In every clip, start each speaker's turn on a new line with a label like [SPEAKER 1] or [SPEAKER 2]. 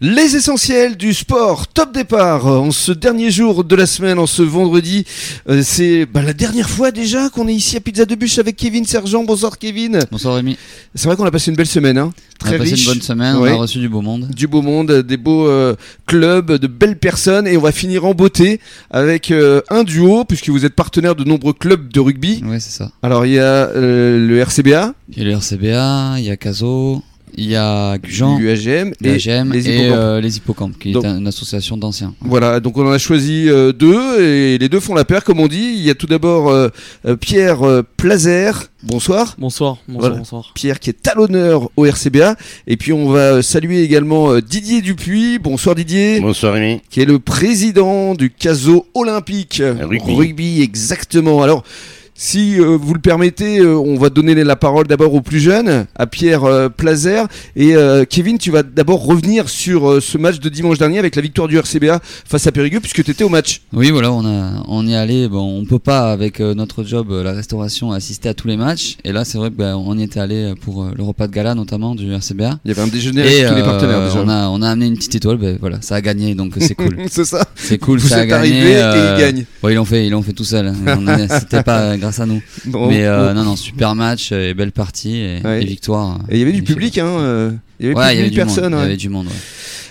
[SPEAKER 1] Les essentiels du sport, top départ euh, en ce dernier jour de la semaine, en ce vendredi. Euh, c'est bah, la dernière fois déjà qu'on est ici à Pizza de Bûche avec Kevin Sergent. Bonsoir Kevin.
[SPEAKER 2] Bonsoir Rémi.
[SPEAKER 1] C'est vrai qu'on a passé une belle semaine. Hein.
[SPEAKER 2] on
[SPEAKER 1] Très
[SPEAKER 2] a passé
[SPEAKER 1] riche.
[SPEAKER 2] une bonne semaine,
[SPEAKER 1] Ouais.
[SPEAKER 2] on a reçu du beau monde.
[SPEAKER 1] Du beau monde, des beaux euh, clubs, de belles personnes. Et on va finir en beauté avec euh, un duo, puisque vous êtes partenaire de nombreux clubs de rugby.
[SPEAKER 2] Ouais, c'est ça.
[SPEAKER 1] Alors il y a euh, le RCBA,
[SPEAKER 2] Il y a le RCBA, il y a Caso, il y a Gujan,
[SPEAKER 1] l'UAGM et
[SPEAKER 2] l'AGM
[SPEAKER 1] les
[SPEAKER 2] et
[SPEAKER 1] hippocampes.
[SPEAKER 2] euh, les Hippocampes, qui
[SPEAKER 1] Donc-
[SPEAKER 2] est un- une association d'anciens.
[SPEAKER 1] Voilà, donc on en a choisi euh, deux et les deux font la paire, comme on dit. Il y a tout d'abord euh, euh, Pierre euh, Plazer. Bonsoir.
[SPEAKER 3] Bonsoir, bonsoir,
[SPEAKER 1] Voilà.
[SPEAKER 3] bonsoir.
[SPEAKER 1] Pierre qui est talonneur au RCBA. Et puis on va euh, saluer également euh, Didier Dupuis. Bonsoir Didier,
[SPEAKER 4] Bonsoir Rémi.
[SPEAKER 1] qui est le président du CASO olympique.
[SPEAKER 4] rugby.
[SPEAKER 1] exactement. Alors, si euh, vous le permettez, euh, on va donner la parole d'abord au plus jeune, à Pierre euh, Plazer. Et euh, Kevin, tu vas d'abord revenir sur euh, ce match de dimanche dernier avec la victoire du RCBA face à Périgueux, puisque tu étais au match.
[SPEAKER 2] Oui, voilà, on, a, on y est allé. Bon, on peut pas, avec euh, notre job, euh, la restauration, assister à tous les matchs. Et là, c'est vrai qu'on y était allé pour euh, le repas de gala, notamment du RCBA.
[SPEAKER 1] Il y avait un déjeuner
[SPEAKER 2] Et
[SPEAKER 1] avec tous les
[SPEAKER 2] euh,
[SPEAKER 1] partenaires déjà.
[SPEAKER 2] on, a, on a amené une petite étoile, ben, voilà, ça a gagné, donc c'est cool.
[SPEAKER 1] C'est ça,
[SPEAKER 2] C'est cool,
[SPEAKER 1] vous
[SPEAKER 2] ça a
[SPEAKER 1] êtes
[SPEAKER 2] gagné.
[SPEAKER 1] arrivés et
[SPEAKER 2] euh,
[SPEAKER 1] ils gagnent.
[SPEAKER 2] ouais, ils l'ont fait, ils l'ont fait tout seul. C'était pas grâce à nous.
[SPEAKER 1] Non,
[SPEAKER 2] Mais euh,
[SPEAKER 1] on-
[SPEAKER 2] non, non, super match euh, et belle partie et,
[SPEAKER 1] Oh, Ouais.
[SPEAKER 2] et victoire.
[SPEAKER 1] Et il y avait du
[SPEAKER 2] Magnifique.
[SPEAKER 1] public, hein. euh, Il y avait
[SPEAKER 2] Ouais,
[SPEAKER 1] plus
[SPEAKER 2] il
[SPEAKER 1] de
[SPEAKER 2] y
[SPEAKER 1] 1000
[SPEAKER 2] avait du monde.
[SPEAKER 1] personnes.
[SPEAKER 2] Il y
[SPEAKER 1] ouais.
[SPEAKER 2] avait du monde. ouais.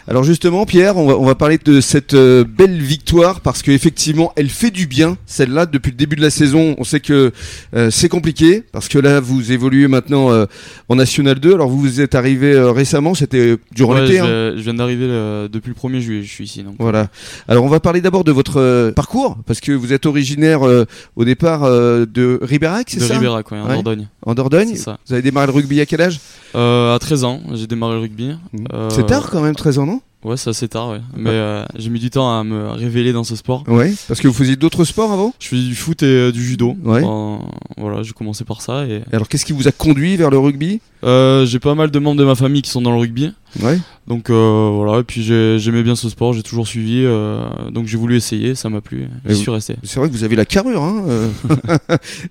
[SPEAKER 1] Alors justement, Pierre, on va, on va parler de cette euh, belle victoire parce qu'effectivement, elle fait du bien, celle-là, depuis le début de la saison. On sait que euh, c'est compliqué parce que là, vous évoluez maintenant euh, en National 2. Alors vous vous êtes arrivé euh, récemment, c'était durant
[SPEAKER 3] Ouais,
[SPEAKER 1] l'été.
[SPEAKER 3] je,
[SPEAKER 1] hein.
[SPEAKER 3] je viens d'arriver euh, depuis le 1er juillet, je suis ici. Donc.
[SPEAKER 1] Voilà. Alors on va parler d'abord de votre euh, parcours parce que vous êtes originaire euh, au départ euh, de Ribérac, c'est
[SPEAKER 3] de
[SPEAKER 1] ça hein.
[SPEAKER 3] Ribérac, ouais, en
[SPEAKER 1] Ouais.
[SPEAKER 3] Dordogne.
[SPEAKER 1] En Dordogne.
[SPEAKER 3] C'est ça.
[SPEAKER 1] Vous avez démarré le rugby à quel âge
[SPEAKER 3] Euh, à 13 ans, j'ai démarré le rugby. Euh,
[SPEAKER 1] Mhm. C'est tard quand même, 13 ans, non
[SPEAKER 3] Ouais, c'est assez tard, ouais. Mais euh, j'ai mis du temps à me révéler dans ce sport.
[SPEAKER 1] Ouais. Parce que vous faisiez d'autres sports avant
[SPEAKER 3] Je fais du foot et euh, du judo.
[SPEAKER 1] Ouais.
[SPEAKER 3] Euh, voilà, j'ai commencé par ça. Et...
[SPEAKER 1] Et Alors qu'est-ce qui vous a conduit vers le rugby
[SPEAKER 3] Euh, j'ai pas mal de membres de ma famille qui sont dans le rugby.
[SPEAKER 1] Ouais.
[SPEAKER 3] Donc euh, voilà, et puis j'ai- j'aimais bien ce sport, j'ai toujours suivi. euh, donc j'ai voulu essayer, ça m'a plu.
[SPEAKER 1] Et
[SPEAKER 3] Je
[SPEAKER 1] vous-
[SPEAKER 3] suis resté.
[SPEAKER 1] C'est vrai que vous avez la carrure. Hein euh.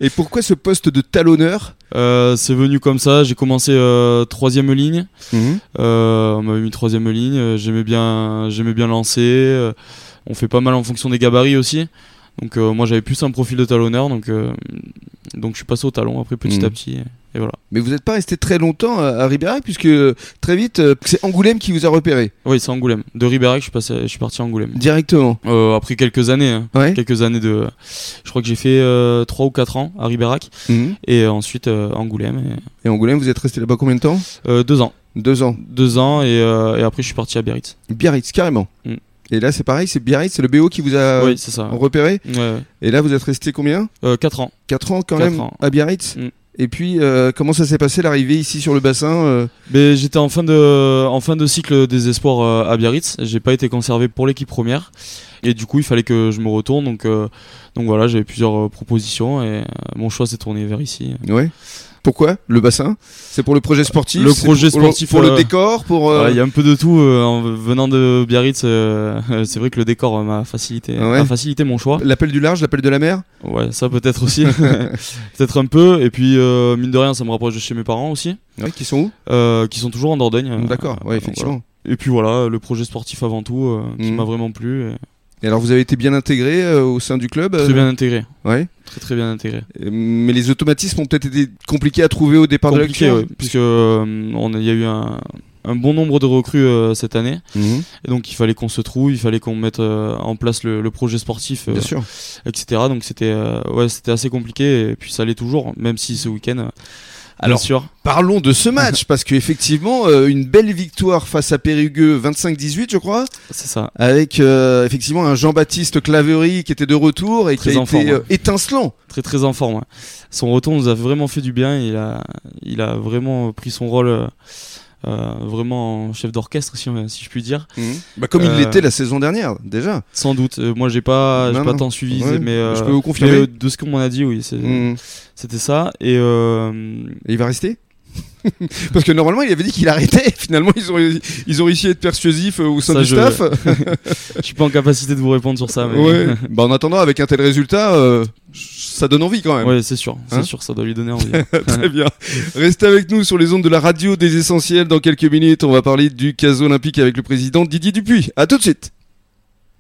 [SPEAKER 1] et pourquoi ce poste de talonneur
[SPEAKER 3] Euh, c'est venu comme ça, j'ai commencé euh, troisième ligne.
[SPEAKER 1] Mhm.
[SPEAKER 3] Euh, on m'avait mis troisième ligne. euh, J'aimais bien, j'aimais bien lancer. euh, on fait pas mal en fonction des gabarits aussi. Donc euh, moi j'avais plus un profil de talonneur, donc euh, donc je suis passé au talon après petit
[SPEAKER 1] Mhm.
[SPEAKER 3] à petit. Euh, Et voilà.
[SPEAKER 1] Mais vous n'êtes pas resté très longtemps à, à Ribérac, puisque euh, très vite, euh, c'est Angoulême qui vous a repéré
[SPEAKER 3] Oui, c'est Angoulême. De Ribérac, je suis passé, je suis parti à Angoulême.
[SPEAKER 1] directement.
[SPEAKER 3] Euh, après quelques années, hein,
[SPEAKER 1] Ouais.
[SPEAKER 3] quelques années de, je crois que j'ai fait 3 ou 4 ans à Ribérac
[SPEAKER 1] Mhm.
[SPEAKER 3] et euh, ensuite euh, Angoulême.
[SPEAKER 1] Et Angoulême, vous êtes resté là-bas combien de temps
[SPEAKER 3] Et, euh, deux ans,
[SPEAKER 1] Deux ans.
[SPEAKER 3] deux ans et, euh, et après je suis parti à Biarritz.
[SPEAKER 1] Biarritz, carrément.
[SPEAKER 3] Mm.
[SPEAKER 1] Et là, c'est pareil, c'est Biarritz, c'est le BO qui vous a
[SPEAKER 3] oui, c'est ça.
[SPEAKER 1] repéré.
[SPEAKER 3] Ouais, ouais.
[SPEAKER 1] Et là, vous êtes resté combien
[SPEAKER 3] Euh, quatre ans.
[SPEAKER 1] Quatre ans quand
[SPEAKER 3] Quatre
[SPEAKER 1] même
[SPEAKER 3] ans.
[SPEAKER 1] à Biarritz.
[SPEAKER 3] Mm.
[SPEAKER 1] Et puis, euh, comment ça s'est passé l'arrivée ici sur le bassin euh,
[SPEAKER 3] Mais j'étais en fin de en fin de cycle des espoirs euh, à Biarritz. J'ai pas été conservé pour l'équipe première et du coup il fallait que je me retourne. Donc euh, donc voilà j'avais plusieurs euh, propositions et euh, mon choix s'est tourné vers ici.
[SPEAKER 1] Ouais. Pourquoi le bassin C'est pour le projet sportif
[SPEAKER 3] Le
[SPEAKER 1] c'est
[SPEAKER 3] projet
[SPEAKER 1] pour-
[SPEAKER 3] sportif,
[SPEAKER 1] pour le
[SPEAKER 3] euh,
[SPEAKER 1] décor, pour.
[SPEAKER 3] Voilà,
[SPEAKER 1] euh,
[SPEAKER 3] Il y a un peu de tout euh, en venant de Biarritz. euh, c'est vrai que le décor euh, m'a facilité
[SPEAKER 1] Ah ouais.
[SPEAKER 3] a facilité mon choix.
[SPEAKER 1] L'appel du large, l'appel de la mer
[SPEAKER 3] Ouais ça peut-être aussi peut-être un peu et puis euh, mine de rien ça me rapproche de chez mes parents aussi
[SPEAKER 1] Ouais, qui sont où
[SPEAKER 3] euh, qui sont toujours en Dordogne. euh,
[SPEAKER 1] D'accord,
[SPEAKER 3] euh,
[SPEAKER 1] ouais, effectivement.
[SPEAKER 3] voilà. Et puis voilà le projet sportif avant tout euh, qui
[SPEAKER 1] Mhm.
[SPEAKER 3] m'a vraiment plu. et
[SPEAKER 1] Et alors, vous avez été bien intégré euh, au sein du club euh,
[SPEAKER 3] Très bien intégré.
[SPEAKER 1] Ouais.
[SPEAKER 3] Très très bien intégré.
[SPEAKER 1] Euh, Mais les automatismes ont peut-être été compliqués à trouver au départ
[SPEAKER 3] compliqué,
[SPEAKER 1] de la
[SPEAKER 3] ouais, puisque euh, on a- il y a eu un, un bon nombre de recrues euh, cette année,
[SPEAKER 1] Mhm,
[SPEAKER 3] et donc il fallait qu'on se trouve, il fallait qu'on mette euh, en place le, le projet sportif, euh,
[SPEAKER 1] Bien sûr.
[SPEAKER 3] etc. Donc c'était euh, ouais, c'était assez compliqué, et puis ça l'est toujours, même si ce week-end. euh,
[SPEAKER 1] Alors-
[SPEAKER 3] bien sûr,
[SPEAKER 1] Parlons de ce match, parce qu'effectivement, euh, une belle victoire face à Périgueux 25-18, je crois,
[SPEAKER 3] c'est ça.
[SPEAKER 1] avec euh, effectivement un Jean-Baptiste Clavery qui était de retour et
[SPEAKER 3] Très
[SPEAKER 1] qui a
[SPEAKER 3] en
[SPEAKER 1] été
[SPEAKER 3] forme,
[SPEAKER 1] euh, étincelant.
[SPEAKER 3] Très très en forme. ouais. Son retour nous a vraiment fait du bien. Il a, il a vraiment pris son rôle euh, euh, vraiment en chef d'orchestre, si, on- si je puis dire.
[SPEAKER 1] Bah, comme il
[SPEAKER 3] Euh,
[SPEAKER 1] l'était la saison dernière, déjà.
[SPEAKER 3] Sans doute. Euh, moi, j'ai pas, j'ai
[SPEAKER 1] Non,
[SPEAKER 3] pas
[SPEAKER 1] non.
[SPEAKER 3] tant suivi,
[SPEAKER 1] Ouais,
[SPEAKER 3] mais euh,
[SPEAKER 1] je peux vous confirmer. Hmm. Mmh.
[SPEAKER 3] mais, euh, de ce qu'on m'en a dit, oui, c'est-
[SPEAKER 1] Mhm.
[SPEAKER 3] c'était ça. Et euh,
[SPEAKER 1] Et il va rester Parce que normalement, il avait dit qu'il arrêtait. Finalement, ils ont, ils ont réussi à être persuasifs euh, au sein
[SPEAKER 3] Ça,
[SPEAKER 1] du
[SPEAKER 3] je-
[SPEAKER 1] staff.
[SPEAKER 3] Je suis pas en capacité de vous répondre sur ça, mais
[SPEAKER 1] Ouais. Bah, en attendant, avec un tel résultat, euh, ça donne envie quand même.
[SPEAKER 3] Ouais, c'est sûr,
[SPEAKER 1] Hein
[SPEAKER 3] c'est sûr, ça doit lui donner envie.
[SPEAKER 1] Très bien. Restez avec nous sur les ondes de la radio des essentiels. Dans quelques minutes, on va parler du caso olympique avec le président Didier Dupuis. À tout de suite.